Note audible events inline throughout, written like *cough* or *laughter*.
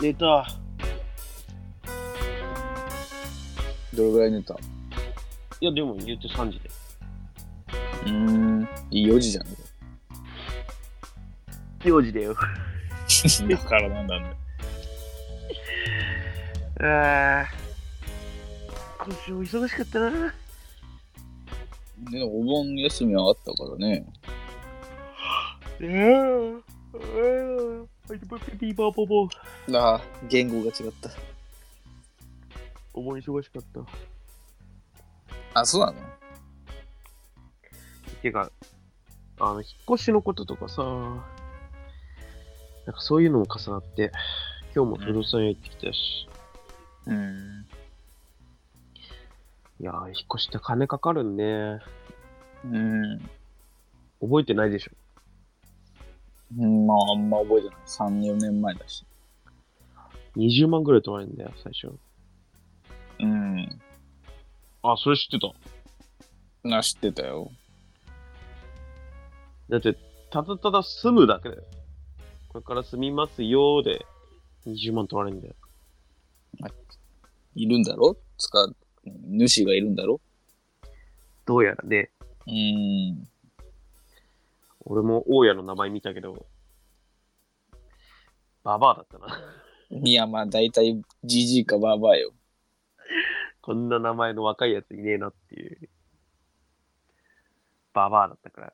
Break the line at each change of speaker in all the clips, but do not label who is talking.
寝た。
どれぐらい寝たう
いや、でも言うて3時で。
ーん、4時じゃん。
4時だよ。
だからなんだね。
ああ。今週も忙しかったな。
でもお盆休みはあったからね。
ええ。うん。ピーパーポーポー。
ああ、言語が違った。
お盆忙しかった。
あ、そうなの
てか、あの、引っ越しのこととかさ、なんかそういうのも重なって、今日も不動産屋行ってきたし、
うん。
いやー、引っ越しって金かかるんね。
うん。
覚えてないでしょ。
うん、まあ、あんま覚えてない。3、4年前だし。
20万ぐらい取られるんだよ、最初。
うん。
あ、それ知ってた。
な、知ってたよ。
だって、ただただ住むだけだよ。これから住みますよーで、20万取られるんだよ。
いるんだろ使う、主がいるんだろ
どうやらね、
うん。
俺も大家の名前見たけど、ババアだったな。 *laughs*
いや、まあ、大体、じじいかばあばよ。
こんな名前の若いやついねえなっていう。ババアだったから。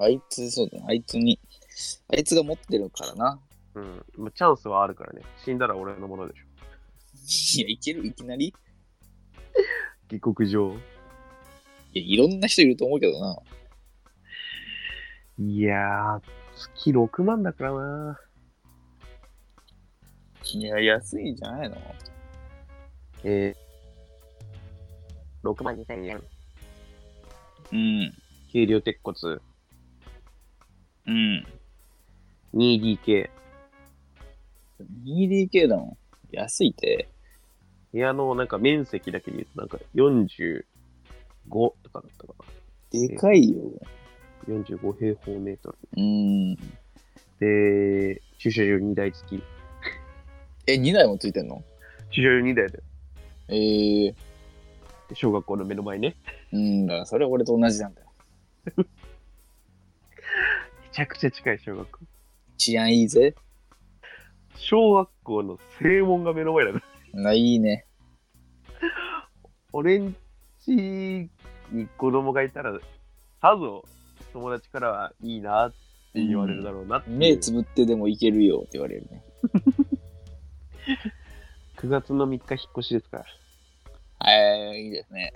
あいつ、そうだな。あいつに、あいつが持ってるからな。
うん。まあチャンスはあるからね。死んだら俺のものでしょ。
いや、いけるいきなり
下克上。
いや、いろんな人いると思うけどな。
いやー、月6万だからな。
いや、安いんじゃないの
えー、6万2千円。
うん。
軽量鉄骨。
うん。
2DK。
2DK だもん。安いて。
部屋のなんか面積だけで言うとなんか45とかだったか
でかいよ。
な。45平方メート
うん。
ル。で、駐車場2台付き。
え、2台もついてんの
駐車場2台で。
ええ
で小学校の目の前ね。
うん、だからそれ俺と同じなんだよ。
めちゃくちゃ近い小学校。
治安いいぜ。
小学校の正門が目の前だから。
あ、いいね。
*laughs* 俺んちに子供がいたら、さぞ友達からはいいなって言われるだろうなっていう。
目つぶってでもいけるよって言われるね。
9月の3日引っ越しですから。
ええいいですね。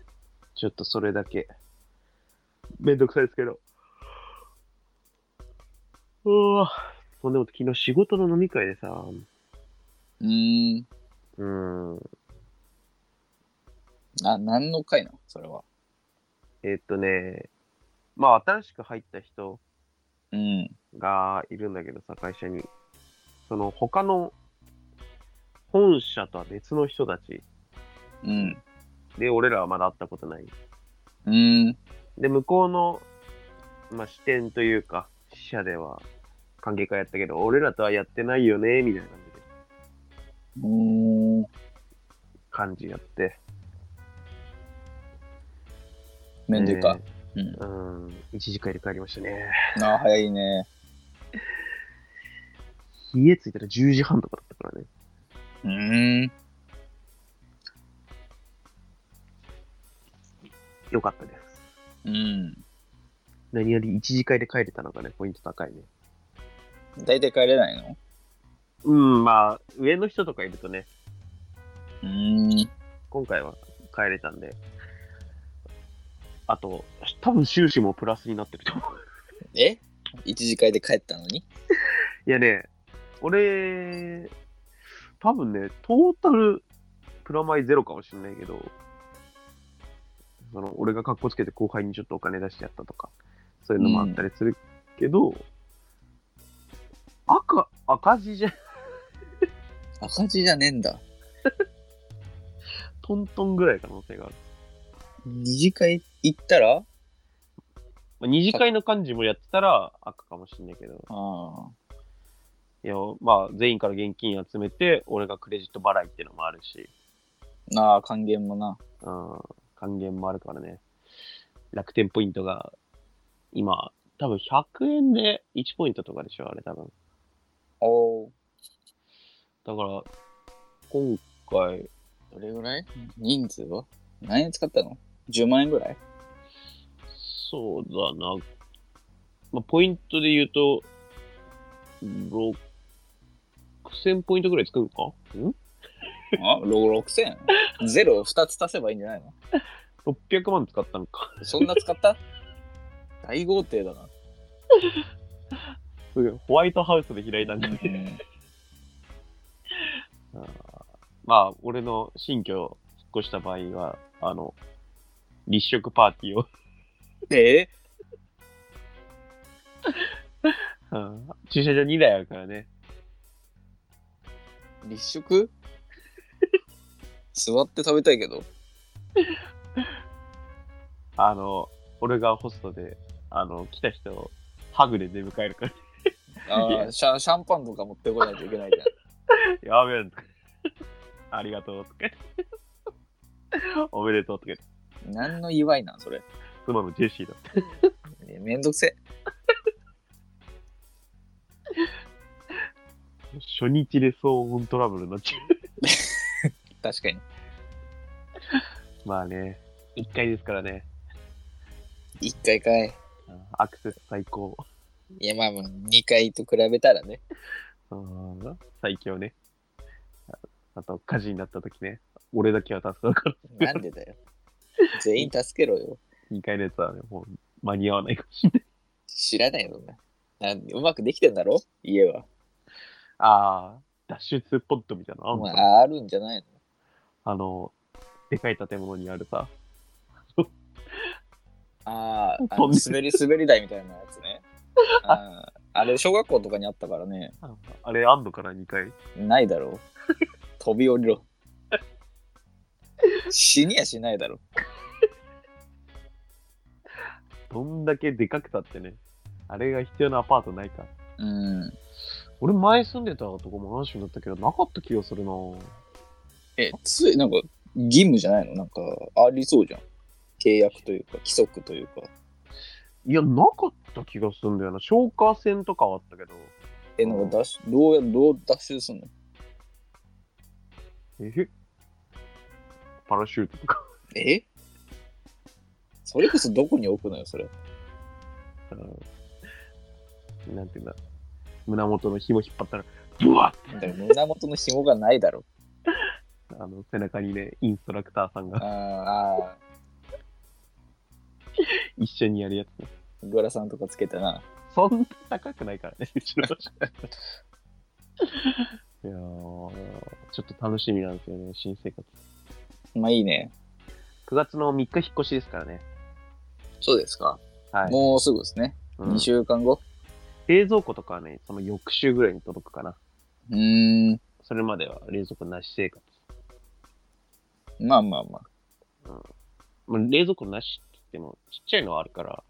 ちょっとそれだけ。めんどくさいですけど。うわそんでも昨日仕事の飲み会でさ、
うーん。
うーん、
な、何の回なのそれは。
えっとね、まあ新しく入った人
うん。
がいるんだけどさ、会社に。その他の本社とは別の人たち。
うん。
で、俺らはまだ会ったことない。
うん。
で、向こうの、まあ、視点というか、支社では歓迎会やったけど、俺らとはやってないよね、みたいな感じで
うーん。
感じやって。
面というか。
えーうん。1時間で帰りましたね。
あ、早いね。
家着いたら10時半とかだったからね。
うーん。
よかったです。
うん。
何より1次会で帰れたのがね、ポイント高いね。
大体帰れないの
うん、まあ、上の人とかいるとね、
うーん。
今回は帰れたんで。あと、多分収支もプラスになってると思う。
え一時会で帰ったのに
いやね、俺、多分ね、トータルプラマイゼロかもしれないけど、その俺が格好つけて後輩にちょっとお金出してやったとか、そういうのもあったりするけど、赤、赤字じゃん、
赤字じゃねえんだ。
トントンぐらい可能性がある。
二次会行ったら
まあ、二次会の幹事もやってたら赤かもしれないけど、
ああ。
いや、まあ、全員から現金集めて、俺がクレジット払いっていうのもあるし、
ああ、還元もな。
うん、還元もあるからね。楽天ポイントが、今、多分100円で1ポイントとかでしょ、あれ多分。
おお。
だから、今回、
どれぐらい人数は何円使ったの ?10 万円ぐらい
そうだな。まあ、ポイントで言うと、6000ポイントぐらい作るかん
あ ?6000? ゼロ2つ足せばいいんじゃないの
?600 万使ったのか。 *laughs*
そんな使 *laughs* った大豪邸だな。
すごいホワイトハウスで開いたんだね。まあ、俺の新居を引っ越した場合は、あの、立食パーティーを、
え
うん駐車場2台あるからね。
立食座って食べたいけど。
あの、俺がホストで、あの、来た人をハグで出迎えるから、 *laughs*
ああ、シャシャンパンとか持ってこないといけないじゃ
や
ん。
べえとか、 *laughs* ありがとうとか言 *laughs* って、おめでとうとか言って、
何の祝いなんそれ。
妻のジェシーだって。
えめんどくせ
初日で騒音トラブルになっちゃ
え。確かに。
う。 *laughs* まあね、1回ですからね、
一回かい。
うんアクセス最高。
いや、まあまあ、二回と比べたらね。
うん最強ね。ああと、火事になった時ね、俺だけは助かるから、
なん
*laughs*
でだよ。全員助けろよ。
2回のやつはね、もう間に合わないかもしれない。
知らないのな。なんうまくできてんだろ家は。
ああ、脱出ポットみたいなのあんの
ま
かな
あ、あるんじゃない
あの、でかい建物にあるさ、
のあーあ
飛
の
んで
滑り、滑り台みたいなや
*laughs*
つね。あーあれ、小学校とかにあったからね。
ああれあんのかな、2回。
ないだろう。飛び降りろ。死にやしないだろ。
どんだけでかくたってね、あれが必要なアパートないか。
うん。
俺前住んでたとこも話になったけど、なかった気がするな
え、つい、なんか、義務じゃないのなんか、ありそうじゃん。契約というか、規則というか。
いや、なかった気がするんだよな。消火栓とかはあったけど、
え、なんか脱出、どうや、どう脱出すんの
えへパラシュートとか。
えそれこそどこに置くのよ、それ。
うんなんていうんだ、胸元の紐引っ張ったら、ブワ
だから胸元の紐がないだ *laughs* ろ。
ッあの背中にね、インストラクターさんが
あ
一緒にやるやつね。
あ、グラさんとかつけたな。
そんな高くないからね、う *laughs* ちの場所いやー、ちょっと楽しみなんですよね、新生活。
まあいいね。
9月の3日引っ越しですからね。
そうですか。
はい。
もうすぐですね。
うん
2週間後。
冷蔵庫とかはね、その翌週ぐらいに届くかな。
うーん。
それまでは冷蔵庫なし生活。
まあまあまあ。
まあ、冷蔵庫なしって言っても、ちっちゃいのはあるから、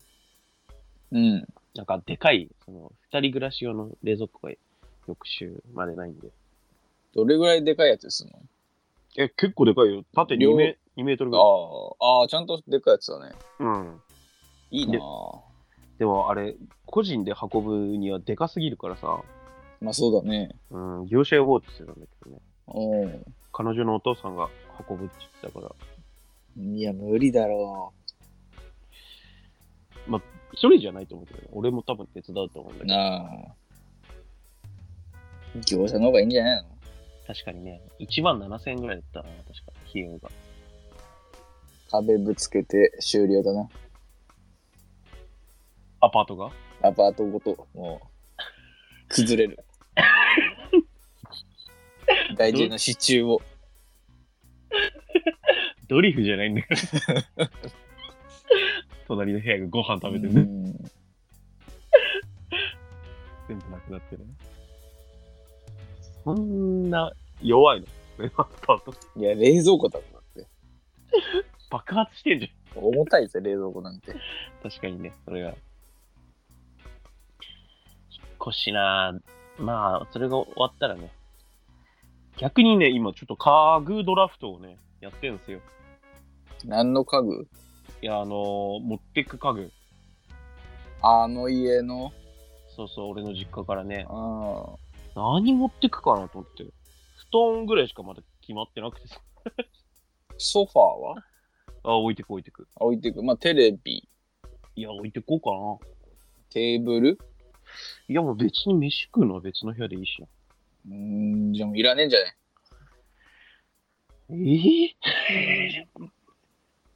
うん。
なんかでかい、その、二人暮らし用の冷蔵庫が翌週までないんで。
どれぐらいでかいやつですんの
え、結構でかいよ。縦
両
2メ ,2 メートルぐらい。
ああ、ああ、ちゃんとでかいやつだね。
うん。
いいな
ででもあれ、個人で運ぶにはでかすぎるからさ、
まあそうだね。
うん、業者呼ぼうって言ってたんだけどね。
う
彼女のお父さんが運ぶって言ってたから、
ん。いや、無理だろ
一人じゃないと思うけどね、俺も多分手伝うと思うんだ
う。
けど、
なあ。業者の方がいいんじゃないの
確かにね、1万7000円ぐらいだったな、確か、費用が。
壁ぶつけて終了だな。
アパートが
アパートごと、もう、崩
*laughs*
れる。大事な支柱を。
ドリフじゃないんだから。
*laughs*
隣の部屋がご飯食べてる、
うん
全部なくなってるね。そんな弱いの *laughs* アパート
いや、冷蔵庫だもんだって。
爆発してんじゃん。
重たいぜ、冷蔵庫なんて。
確かにね、それが。引っ越しなぁまあ、それが終わったらね。逆にね、今ちょっと家具ドラフトをね、やってるんですよ。
何の家具
いや、あのー持ってく家具。
あの家の。
そうそう、俺の実家からね。
あ
何持ってくかなと思って。布団ぐらいしかまだ決まってなくてさ。
ーソファーは
あ、置いてく置いてく。
置いてく。まあ、テレビ、
いや、置いてこうかな。
テーブル。
いや、もう別に飯食うのは別の部屋でいいしな。
うーん、じゃあもういらねえんじゃね
ええ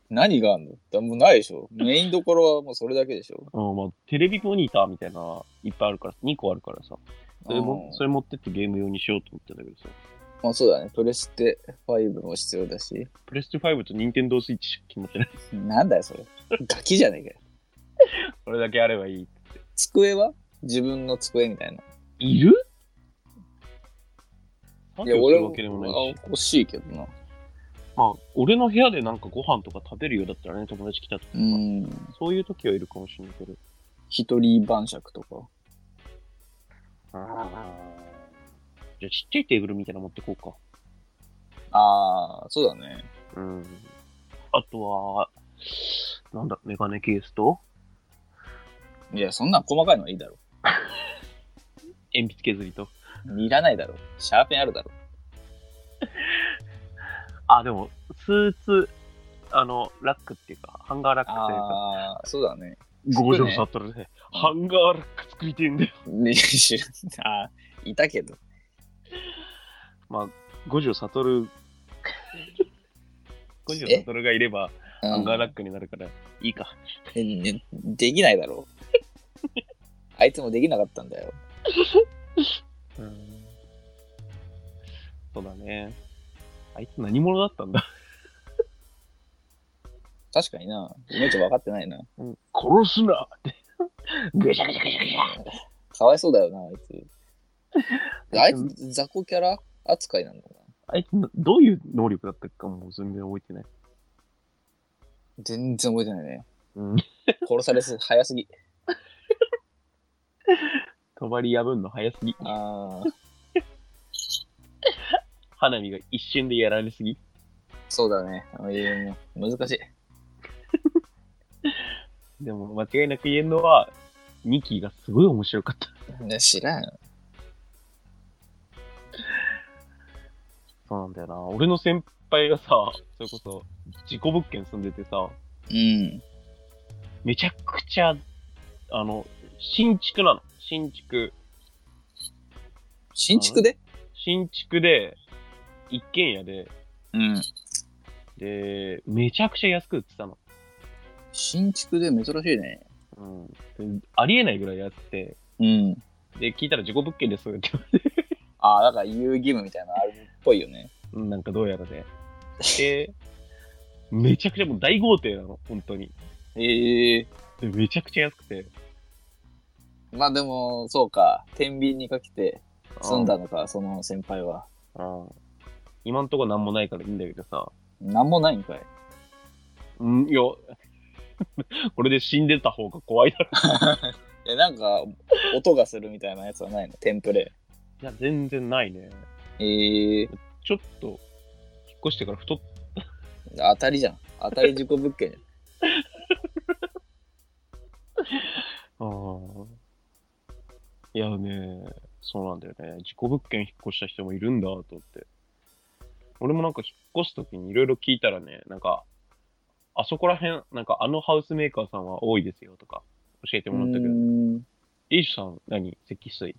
何があんのだもうないでしょ。メインどころはもうそれだけでしょ。
うん、まあ、テレビモニターみたいな、いっぱいあるから、2個あるからさ。それも
う、ん
それ持ってってゲーム用にしようと思ってんだけどさ。
まあそうだね。プレステ5も必要だし。
プレステ5とニンテンドースイッチしか決まってない。
なんだよ、それ。ガキじゃねえかよ。
それだけあればいい。
机は自分の机みたいな。
いる
い
い
や、
や、
俺
俺
は
わけでもないし。
欲しいけどな。
まあ、俺の部屋でなんかご飯とか食べるようだったらね、友達来たとか、
うーん。
そういう時はいるかもしれないけど。
一人晩酌とか。
じゃあ、ちっちゃいテーブルみたいなの持ってこうか。
ああ、そうだね。
うん。あとは、なんだ、メガネケースと
いや、そんなん細かいのはいいだろ。
鉛筆削りと。
いらないだろ。シャーペンあるだろ。
あ、でも、スーツ、あの、ラックっていうか、ハンガーラックというか、*laughs*
ああ、そうだね。
ゴージャ
服ね
スだったらね、ハンガーラック作りてえんだよ。
ね、知らんあーいたけど。
五条悟五条
え
悟がいれば
うん
ハンガーラックになるからいいか
えねできないだろ。あいつもできなかったんだよ。
そうだねあいつ何者だったんだ、
確かにな。お姉ちゃん分かってないな。
殺すなってぐしゃぐしゃぐしゃぐしゃ
かわいそうだよな、あい
*laughs*
つ。あいつ、雑魚キャラ扱いなんだな。
あいつどういう能力だったかもう全然覚えてない
全然覚えてないね。
うん
殺されす、早すぎ。
帳破んの早すぎ
ああ、
花火が一瞬でやられすぎ
そうだね。あのいやもう難しい。
でも間違いなく言えるのはニキがすごい面白かった
ね知らん。
そうなんだよな俺の先輩がさそれこそ事故物件住んでてさ、
うん。
めちゃくちゃ、あの、新築なの。新築。
新築で
新築で、一軒家で、
うん。
で、めちゃくちゃ安く売ってたの。
新築で珍しいね。
うん。でありえないぐらい安くて、
うん。
で、聞いたら事故物件ですって *laughs* 言われ
ああ、だから言う義務みたいなのあるっぽいよね。
て、うんなんかどうやらで。で、めちゃくちゃもう大豪邸なの、本当に。
ええ
で、めちゃくちゃ安くて。
まあでも、そうか。天秤にかけて住んだのか、その先輩は。
うん。うん今んとこなんもないからいいんだけどさ。
なんもないんかい。
うん、いや、 *laughs* これで死んでた方が怖いだろ。
え、なんか、音がするみたいなやつはないのテンプレ。
いや、全然ないね。
ええ
ちょっと、引っ越してから太っ、
当たりじゃん。当たり事故物
*laughs*
件じゃん。
ああ。いやね、そうなんだよね。事故物件引っ越した人もいるんだ、と思って。俺もなんか引っ越すときにいろいろ聞いたらね、なんか、あそこら辺、なんかあのハウスメーカーさんは多いですよ、とか、教えてもらったけ
う
ど、
ーん
エイシュさん何積水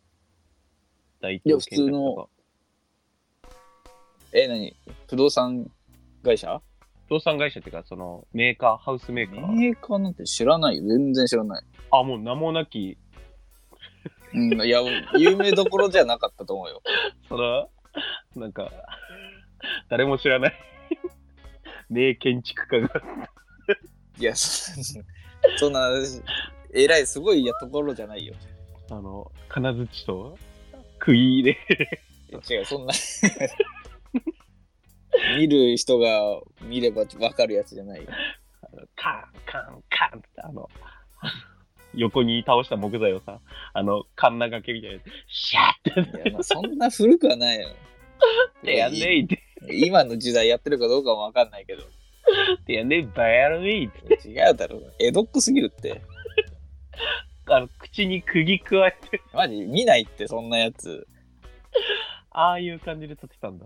大
いや
東建設とか。
え、何不動産会社
不動産会社っていうか、その、メーカー、ハウスメーカー。
メーカーなんて知らないよ。全然知らない。
あ、もう名もなき、
うん、いや、有名どころじゃなかったと思うよ。 *laughs*
その、なんか、誰も知らない、 *laughs* 名建築家が。
いや、 *laughs* そそんな、えらい、すごいやところじゃないよ。
あの、金槌と、杭で。
違う、そんな。見る人が見ればわかるやつじゃないよ。
カンカンカンってあの、横に倒した木材をさ、あの、カンナ掛けみたいな、シャーって
いやまあそんな古くはないよ。
ってやんねえって、
今の時代やってるかどうかもわかんないけど。
ってやんねえ、バヤロイって。
違うだろ。江戸っ子すぎるって。
あの、口に釘加えて、
マジ見ないって、そんなやつ。
ああいう感じで立ってたんだ。っ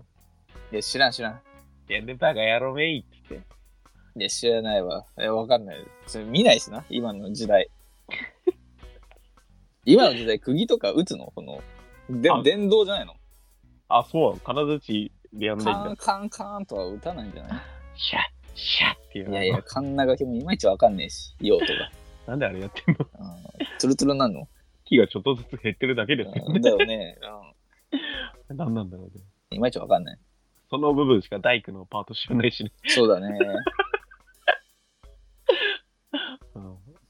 いや、知らん知らん。
てやんねえ、バカ野郎めいって言って。
いや、知らないわ。え、わかんない。それ見ないしな、今の時 *laughs* 代。今の時代、釘とか打つのこの、で
あ
電動じゃないの
あ、そうなの金づちでやんないん
カ
だ
ン。カンカンとは打たないんじゃな
シャッ、シャッっていう。
いいやいや、カン長けもいまいちわかんねえし、用途 *laughs* が。
なんであれやってんの
うんツルツルなんの、
木がちょっとずつ減ってるだけですよ
うん
ね。
だよね、
なんなんだろうね。
うん。いまいちわかんない。
その部分しか大工のパート知らないしね。
そうだね。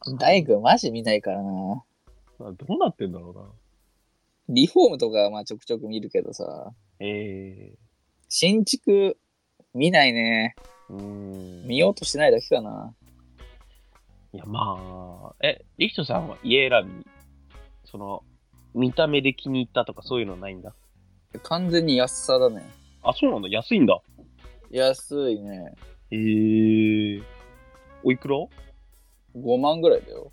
うん
大工マジ見ないからな。
ま *laughs* あどうなってんだろうな。
リフォームとかはまあちょくちょく見るけどさ、
ええ
新築見ないね。
うーん。
見ようとしてないだけかな。
いや、まあ、え、リヒトさんは家選び、その、見た目で気に入ったとかそういうのないんだ。
完全に安さだね。
あ、そうなんだ。安いんだ。
安いね。
ええおいくら
5万ぐらいだよ。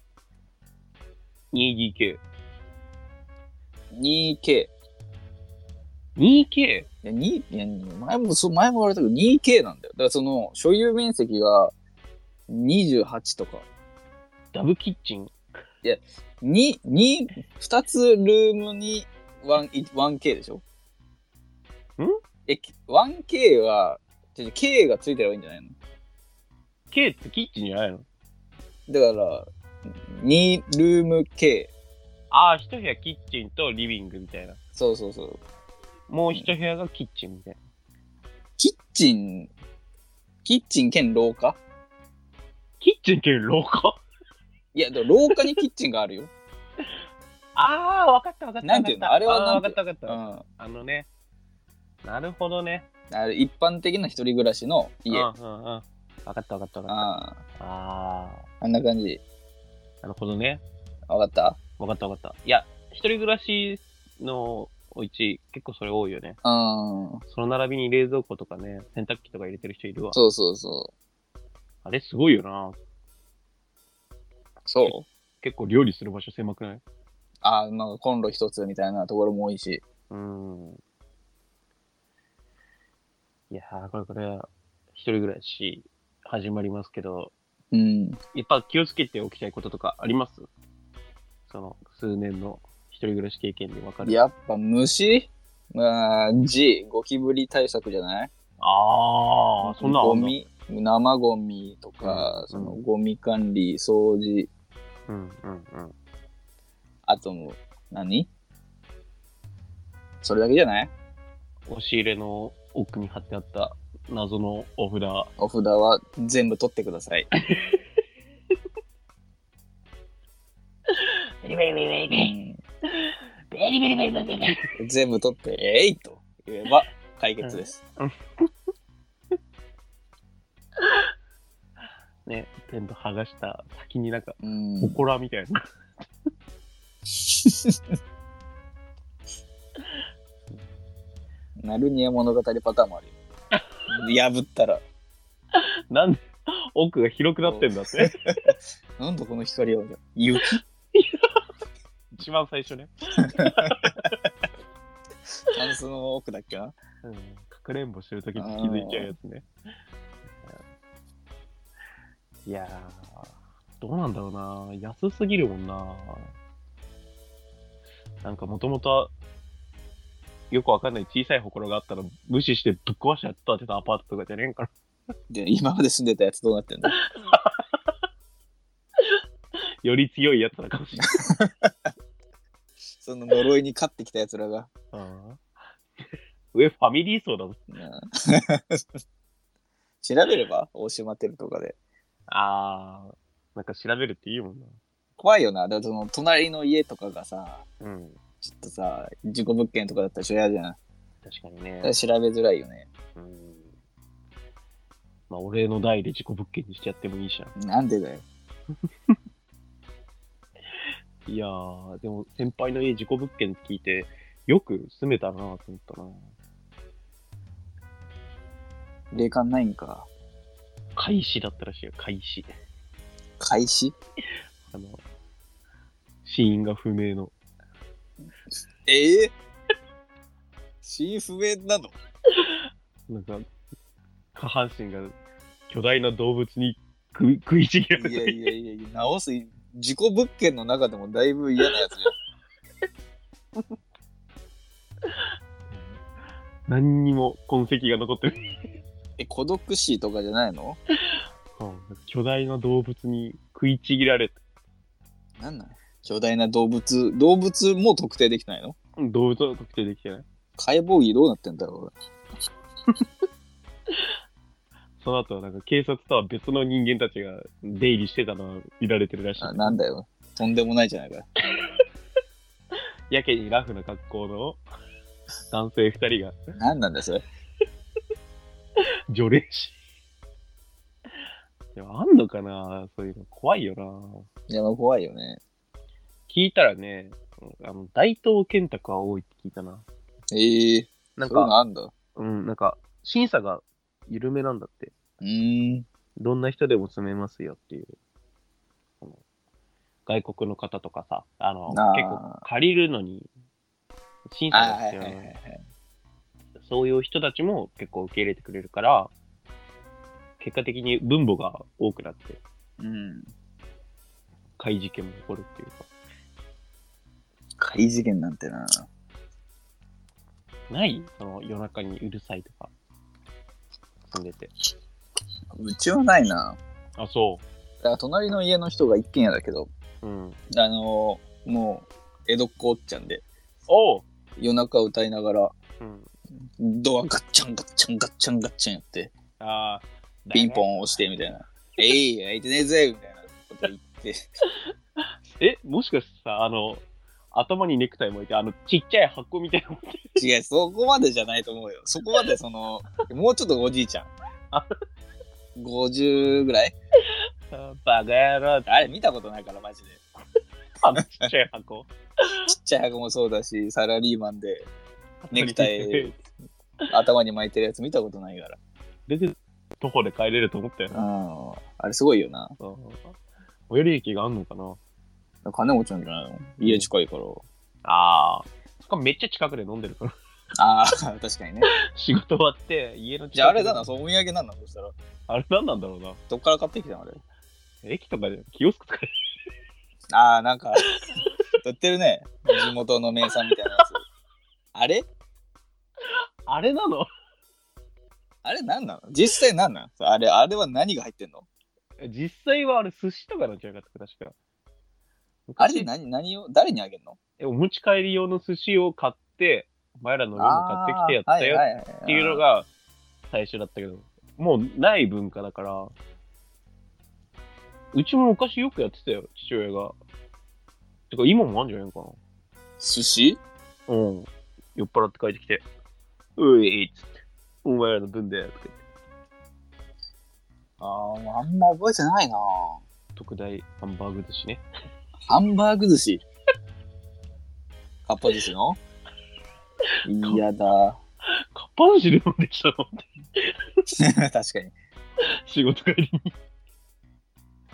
?2DK。
2K。い
2K?
や、2、いや、前も、そう、前も言われたけど、2K なんだよ。だからその、所有面積が28とか。
ダブキッチン
2、2、2つルームに 1K 1K でしょ
ん
え、き 1K は、ちょちょ K がついてればいいんじゃないの
?K ってキッチンじゃないの
だから、2ルーム K。
ああ、一部屋キッチンとリビングみたいな。
そうそうそう。
もう一部屋がキッチンみたいな。
キッチン、キッチン兼廊下
キッチンっていう廊下
いや、でも廊下にキッチンがあるよ。
*laughs* ああ、わかったわかったわかった。
なんていうのあれは
あー
な
わ
ん
か
て
ったわかっ
う
た。
ん。
あのね。なるほどね。
あれ一般的な一人暮らしの
うん
家。
うんう
あ
ん。わかったわかったわかった。あ
あ
あ
あんな感じ。
ー、なるほどね。
わかった
わかったわかった。いや、一人暮らしのお家、結構それ多いよね。
うん。
その並びに冷蔵庫とかね、洗濯機とか入れてる人いるわ。
そうそうそ
あれすごいよな。
う。そう
結構料理する場所狭くない
ああ、なんかコンロ一つみたいなところも多いし。
うん。いやー、これこれ、一人暮らし始まりますけど、
うん。
やっぱ気をつけておきたいこととかありますその数年の一人暮らし経験でわかる。
やっぱ虫まあ、G、ゴキブリ対策じゃない
あー、そんなんあ
ゴ
んの
ミ、生ゴミとか、
うん
そのゴミ管理、掃除、
うんうんうん。
あともう、何それだけじゃない
押し入れの奥に貼ってあった謎のお札。
お札は全部取ってください。
ベリベリベリベリベリベリベリベリベリ
うん全部取って、えいと言えば解決です。
ね、全部剥がした先になんか、
うん。
ほこらみたいな。
ナルニア物語パターンもあるよ。破ったら、
なんで奥が広くなってんだって。
なんだこの光は雪
一番最初ね。
タンスの奥だっけな
うん、かくれんぼしてるときに気づいちゃうやつね。いやー、どうなんだろうな。安すぎるもんな。なんかもともと、よくわかんない小さいほこらがあったら無視してぶっ壊してやったってたアパートとかじゃねえんから。
で、今まで住んでたやつどうなってんだ
*laughs* より強いやつだかもしれない。
その呪いに勝ってきたやつらが。
あー上ファミリー層だぞ。
な調べれば大島テルとかで。
あー、なんか調べるっていいもんな。
怖いよな。だからその隣の家とかがさ、
うん、
ちょっとさ、事故物件とかだったらちょっと嫌じゃん。だ
確かにね
か。ら調べづらいよね。
うんまあ、俺の代で自己物件にしてやってもいいじゃん。
なんでだよ。
いやー、でも先輩の家事故物件って聞いて、よく住めたなと思ったな。
霊感ないんか。
開始だったらしいよ、開始。
開始
あの、死因が不明の。
ええ死因不明なの
なんか、下半身が巨大な動物に食い *laughs* 食いちぎられ
い
て
やいやいやいや、直す、事故物件の中でもだいぶ嫌なやつじ
何にも痕跡が残ってない
ゃん。え、孤独死とかじゃないの
巨大な動物に食いちぎられて、
なんなん巨大な動物、動物も特定できてないの
動物は特定できてない。
解剖医どうなってんだろ
その後はなんか警察とは別の人間たちが出入りしてたのは見られてるらし
う
い。
な。あなんだよ。とんでもないじゃないか。
やけにラフな格好の男性二人が
なんなんだよそれ。
*laughs* 除霊し。でもあんのかなそういうの怖いよない
や、まあ怖いよね。
聞いたらね、あの大東建託は多いって聞いたな。
ええ
なん
そういう
か、
のあんだ。う
うん、なんか審査が緩めなんだって。
ーん。
どんな人でも住めますよっていう。あの外国の方とかさ、あの、
あー
結構借りるのに審査
あ
が
はい
必
はい
要
はいは。
ないそういう人たちも結構受け入れてくれるから、結果的に分母が多くなって、
うん。
怪事件も起こるっていうか、
怪事件なんてな。
ないその夜中にうるさいとか、住んでて。
うちはないな。
あ、そ
だから隣の家の人が一軒家だけど、
う。うん。
あのーもう、江戸っ子おっちゃんで、
おう
夜中歌いながら、
うん。
ドアガッチャンガッチャンガッチャンガッチャンやって、
ああ、
ピンポ
ン。
ン押してみたいな。えい、開いてねえぜみたいなこと言って。
え、もしかしてさ、あの、頭にネクタイ巻いて、あの、ちっちゃい箱みたいなの持って
違う、そこまでじゃないと思うよ。そこまでその、もうちょっとおじいちゃん
あ。
50ぐらい
あバカ野郎
*laughs* あれ見たことないから、マジで。
あのちっちゃい箱。
ちっちゃい箱もそうだし、サラリーマンでネクタイ頭に巻いてるやつ見たことないから。
出て、徒歩で帰れると思ったよな。
うん。あれすごいよな。
うん最寄り駅があんのかな
金持ちなんじゃないの家近いから。
ああ。しかもめっちゃ近くで飲んでるから。 *laughs*
ああ、確かにね。
仕事終わって、家の近くで
じゃああれだな、そうお土産なんだ、そしたら。
あれなんなんだろうな。
どっから買ってきたのあれ。
駅とかでキオスクとかで。
ああ、なんか、売ってるね。地元の名産みたいなやつ。あれ
あれなの
あれなんなの実際なんなのあれ、あれは何が入ってんの
実際はあれ寿司とかなんじゃなかったか、確か。
あれで何何を、誰にあげんの
えお持ち帰り用の寿司を買って、お前らの分も買ってきてやったよ
よっ
っていうの。が最初だったけど、もうない文化だから、うちも昔よくやってたよ、父親が。てか、今もあんじゃないのか
寿司
な。うん。酔っ払って帰ってきて、ういっつって、お前らの分で、とか言って
ああ、あんま覚えてないな。
特大ハンバーグ寿司ね。
ハンバーグ寿司。かっぱ寿司
*laughs*
の嫌だ。 *laughs*
かっぱ寿司で飲んできたの *laughs*
確か
仕事帰り
に。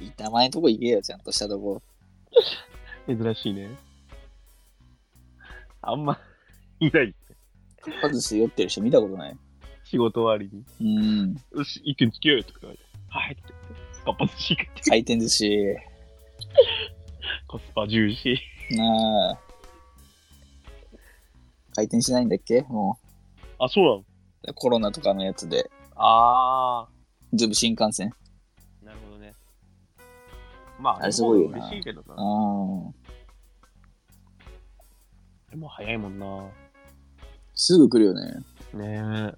板前のとこ行けよ、ちゃんとしたとこ。
に。珍しいね。あんま、いない。
かっぱ寿司酔ってる人見たことない。
仕事終わりに。
うん。
よし、一軒付き合うよとか言われて。はいって言って。かっぱ寿司行くって。
回転寿司。
コスパ重視。
なあ。回転しないんだっけも
あ、そうなの
う。コロナとかのやつで。
あ
全部新幹線。
あ、なるほどね。まあ、
あれすごいよな
嬉しいけどな。
ああ。
でも早いもんな。
すぐ来るよね。
ねえ。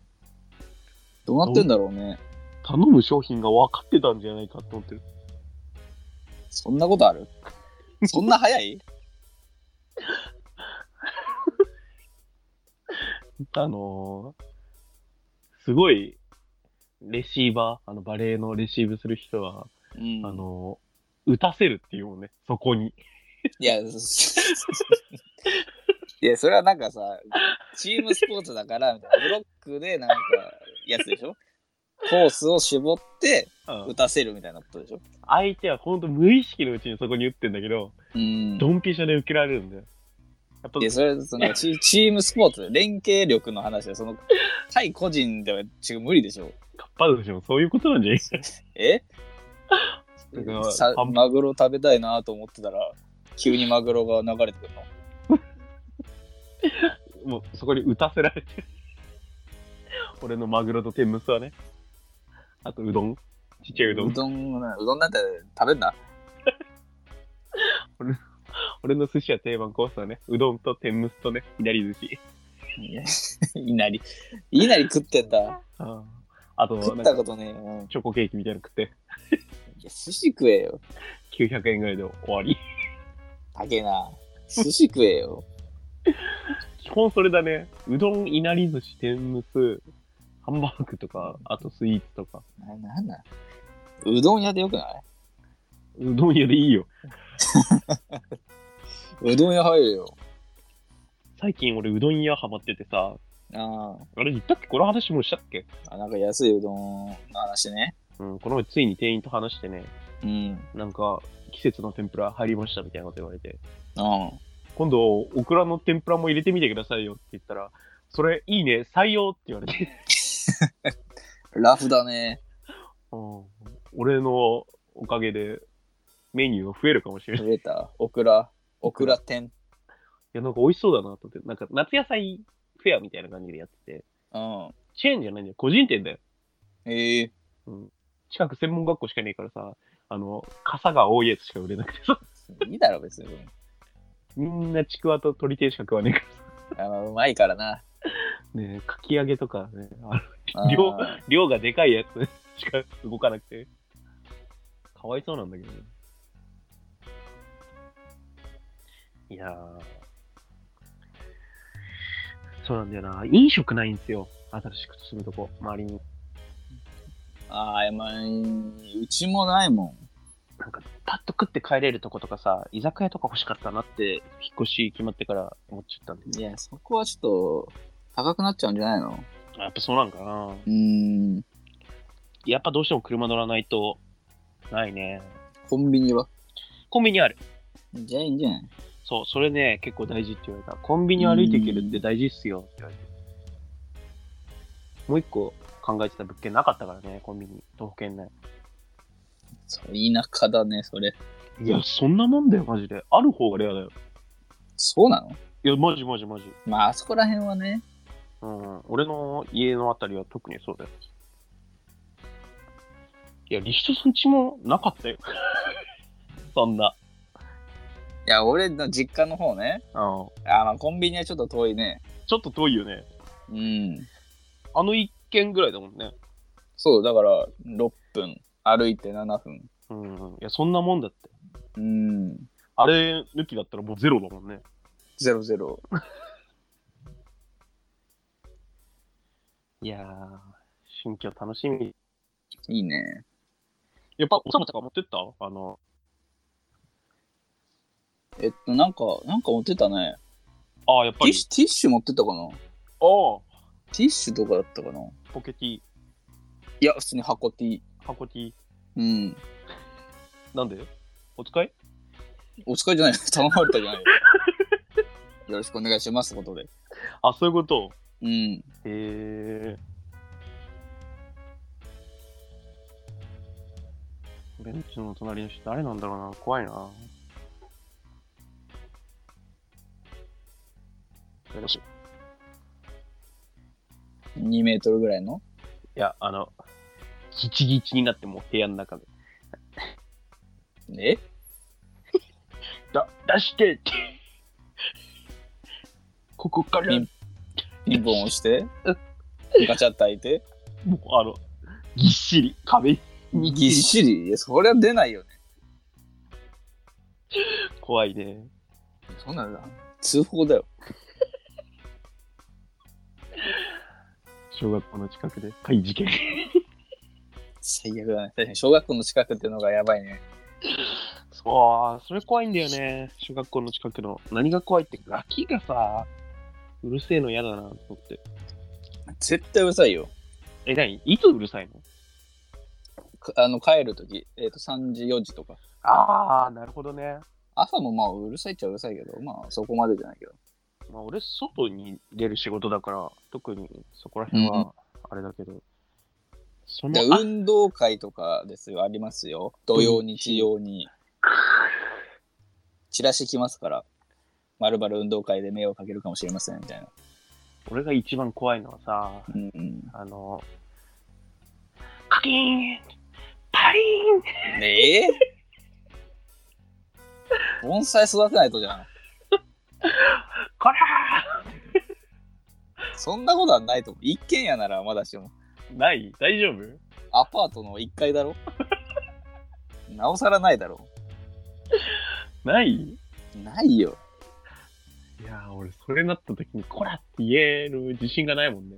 どうなってんだろうね。
頼む商品が分かってたんじゃないかと思ってる。
そんなことあるそんな早い
あのー、すごい、レシーバー、あの、バレエのレシーブする人は、
うん
あのー、打たせるっていうもんね、そこに。
いや、 *laughs* そいや、それはなんかさ、チームスポーツだから、みたいなブロックでなんか、やつでしょコースを絞って、打たせるみたいなことでしょ
相手は本当無意識のうちにそこに打ってんだけど、
うん。
ドンピシャで受けられるんだよ。やっぱ
いや、それそのチ、チームスポーツ、連携力の話で、その、対個人では違う無理でしょ
カッパ寿司もそういうことなんじゃない *laughs*
え
だから
さ
パン
マグロ食べたいなと思ってたら、急にマグロが流れてくるの。
もうそこに打たせられてる。俺のマグロと天むすはね。あとうどん。ちっちゃいうどん。
うどんな、うどんなんて食べんな。
俺の寿司は定番コースはね、うどんと天むすとね、左寿司。
いやいなり。いなり食ってんだ。
ああと、な
食っ
んか
たことねえよ。うん
チョコケーキみたいなの食って、
いや、寿司食えよ。
900円ぐらいで終わり。
高えな。寿司食えよ。
基本それだね。うどん、いなり寿司、天むす、ハンバーグとか、あとスイーツとか。
ななんなんうどん屋でよくないう
どん屋でいいよ。
うどん屋入るよ。
最近俺うどん屋ハマっててさ、
あ
あれ言ったっけこの話もしたっけ
ーあ、なんか安いうどんの話ね。
うん、この前ついに店員と話してね、
うん。
なんか季節の天ぷら入りましたみたいなこと言われて、
うん。
今度オクラの天ぷらも入れてみてくださいよって言ったら、それいいね、採用って言われて、
ラフだね。
うん、俺のおかげでメニューが増えるかもしれない。い
増えた。オクラ。オクラ天。
や、なんか美味しそうだなと思って、なんか夏野菜フェアみたいな感じでやってて、
うん。
チェーンじゃないんだよ、個人店だよ。
ええ
うん、近く専門学校しかねえからさ、あの、傘が多いやつしか売れなくてさ、
いいだろ、別に。
*laughs* みんなちくわと鶏天しか食わねえから
あのうまいからな。
ねえ、かき揚げとかね、あ
あー
*laughs* 量量がでかいやつしか動かなくて。かわいそうなんだけどね。いやー。そうなんだよな。飲食ないんですよ。新しく住むとこ、周りに。
あー、まあ、うちもないもん。
なんか、パッと食って帰れるとことかさ、居酒屋とか欲しかったなって、引っ越し決まってから思っちゃったんで。
いや、そこはちょっと、高くなっちゃうんじゃないの
あやっぱそうなんかな。
うーん。
やっぱどうしても車乗らないと、ないね。
コンビニは
コンビニある。
じゃあいいんじゃない
そう、それね、結構大事って言われた。コンビニ歩いていけるって大事っすよって言われて。もう一個考えてた物件なかったからね、コンビニ、東京内。
そう田舎だね、それ。
いや、そんなもんだよ、マジで。ある方がレアだよ。
そうなの
いや、マジマジマジ。
まあ、あそこら辺はね。
うん、俺の家のあたりは特にそうだよ。いや、リヒトさんちもなかったよ。 *laughs* そんな。
いや、俺の実家の方ね。
あの
あーまあ、コンビニはちょっと遠いね。
ちょっと遠いよね。
うん。
あの一軒ぐらいだもんね。
そう、だから、6分。歩いて7分。
うん、いや、そんなもんだって。
うん。
あれ抜きだったらもうゼロだもんね。
ゼロゼロ。
いやー、新居楽しみ。
いいね。
やっぱ、おさまとか持ってったあの、
えっと、なんか、なんか持ってたね。
ああ、やっぱ
ティッ
り。
シュ、ティッシュ持ってったかな
ああ、
ティッシュとかだったかな
ポケティ、
いや、普通に箱ティー。
箱ティ。
うん。
なんでお使い
お使いじゃない *laughs* 頼まれたじゃないよ。よろしくお願いしますってことで。
あ、そういうこと。
うん。
へえ。ベンチの隣の人誰なんだろうな。怖いな。い
2メートルぐらいの
や、あの、ギチギチになってもう部屋の中で。
え
だ、出して *laughs* って。ここから
ピンピンポン押して、ガチャッと開いて、
もうあの、ぎっしり、壁に
ぎっしり、いや、そりゃ出ないよね。
怖いね。
そうなんだ。通報だよ。
小学校の近くで怪事件。
最悪だね。確かに小学校の近くっていうのがやばいね。
そわあ、それ怖いんだよね。小学校の近くの。何が怖いって、ガキがさ、うるせえの嫌だなと思って。
絶対うるさいよ。
え、何いつうるさいの
かあの帰るとき、えっ、と、3時、4時とか。
ああ、なるほどね。
朝もまあ、うるさいっちゃうるさいけど、まあ、そこまでじゃないけど。
まあ、俺、外に出る仕事だから、特にそこら辺
うん
はあれだけど、その
で
あ
運動会とかですよ、ありますよ。土曜、日曜に。チラシ来ますから、まるまる運動会で迷惑かけるかもしれませんみたいな。
俺が一番怖いのはさ、
うんうん、
あの、カキーンパリーン
ねえ盆栽育てないとじゃん。
こら
そんなことはないと思う。一軒家ならまだしも、
ーない大丈夫
アパートの1階だろなおさらないだろ
ないい
ないよ。
やー、俺、それなった時に、こらって言える自信がないもんね。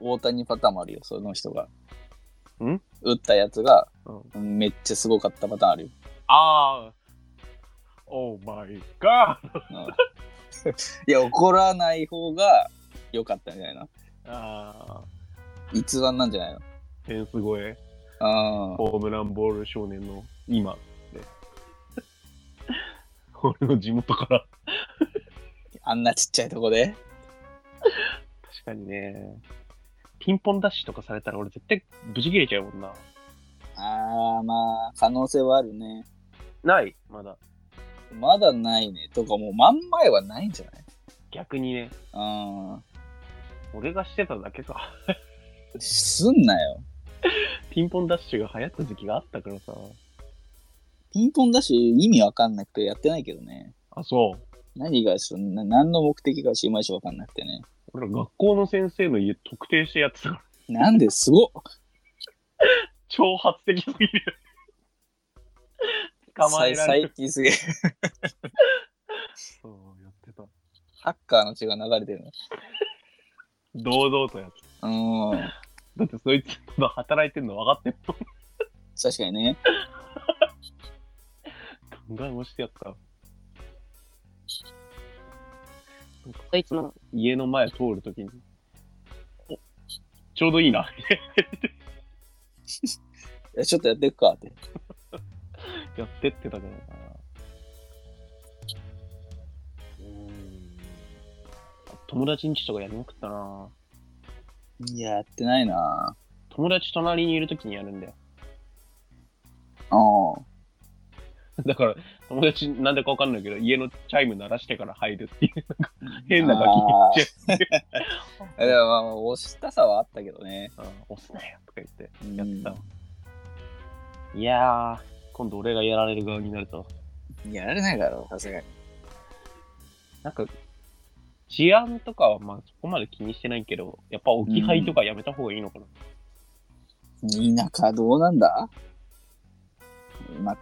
大谷パターンもあるよ、その人が。
ん
打ったやつが、
うん
めっちゃすごかったパターンあるよ。
ああ、オーマイガー
うんいや、怒らない方が良かったんじゃないの
ああ、
逸話なんじゃないの
フェンス越え、
あ
ホームランボール少年の今って。 *laughs* 俺の地元から。
あんなちっちゃいとこで。
確かにね。ピンポンダッシュとかされたら俺絶対ブチ切れちゃうもんな。
ああ、まあ、可能性はあるね。
ない、まだ。
まだないね。とか、もう真ん前はないんじゃない
逆にね、
あ
俺がしてただけか。
あ、すんなよ。
*laughs* ピンポンダッシュが流行った時期があったからさ。
ピンポンだし、意味わかんなくてやってないけどね。
あ、そう。
何がそんな、何の目的かいまいちわかんなくてね。
俺ら学校の先生の家特定してやってたから。 *laughs*
なんですごっ
挑発的すぎる。 *laughs* 捕まえられ
最
る。
近すげえ。
そう、やってた。
ハッカーの血が流れてる
堂々とやってた。
の。うん。
だってそいつが働いてるの分かってる
確かにね。
もん。ガンガン押してやった。
そいつの
家の前通るときに。おちょうどいいな。
いやちょっとやってくかって。
やってってたからな。うん。友達ん家とかやりまくったな。
いや、やってないな
友達隣にいるときにやるんだよ。 *laughs*
ああ。
だから、友達なんでかわかんないけど、家のチャイム鳴らしてから入るっていう、 *laughs* なんか変なガキっち
*laughs* えでもまあまあ、押したさはあったけどね。
ゃう。うん押すなよとか言って。
うん
やってたわ。いやー、今度俺がやられる側になると。
やられないだろう、さすがに。
なんか、治安とかはまあそこまで気にしてないけど、やっぱ置き配とかやめた方がいいのかな。
田舎どうなんだ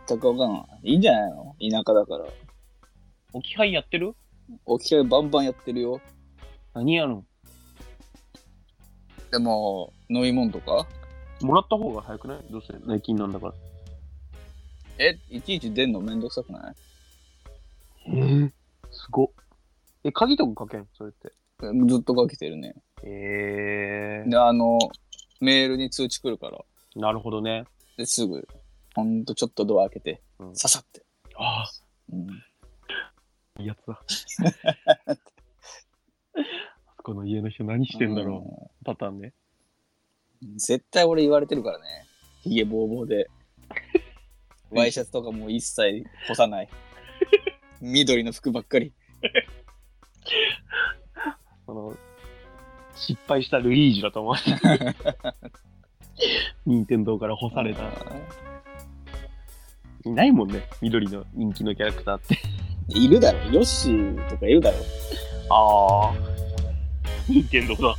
全くわかんない。いいんじゃないの田舎だから。
置き配やってる
置き換えバンバンやってるよ。
何やの
でも、飲み物とか
もらった方が早くないどうせ内勤なんだから。
え、いちいち出んのめんどくさくない
えー、すごっ。え、鍵とかかけんそれって。
えずっとかけてるね。
え
で、あの、メールに通知来るから。
ー、なるほどね。
で、すぐ、ほんとちょっとドア開けて、
うん
ささって。
あ
うん
あ、いいやつだ。 *laughs* あそこの家の人何してんだろ
う
う、パターンね。
ん絶対俺言われてるからね。ひげぼうぼう
*laughs*
で。ワイシャツとかも一切干さ
*laughs*
ない。緑の服ばっかり。
その、失敗したルイージだと思われて *laughs* る任天堂から干された。いないもんね、緑の人気のキャラクターって。
いるだろ。ヨッシーとかいるだろ。
*laughs* ああ。任天堂だ。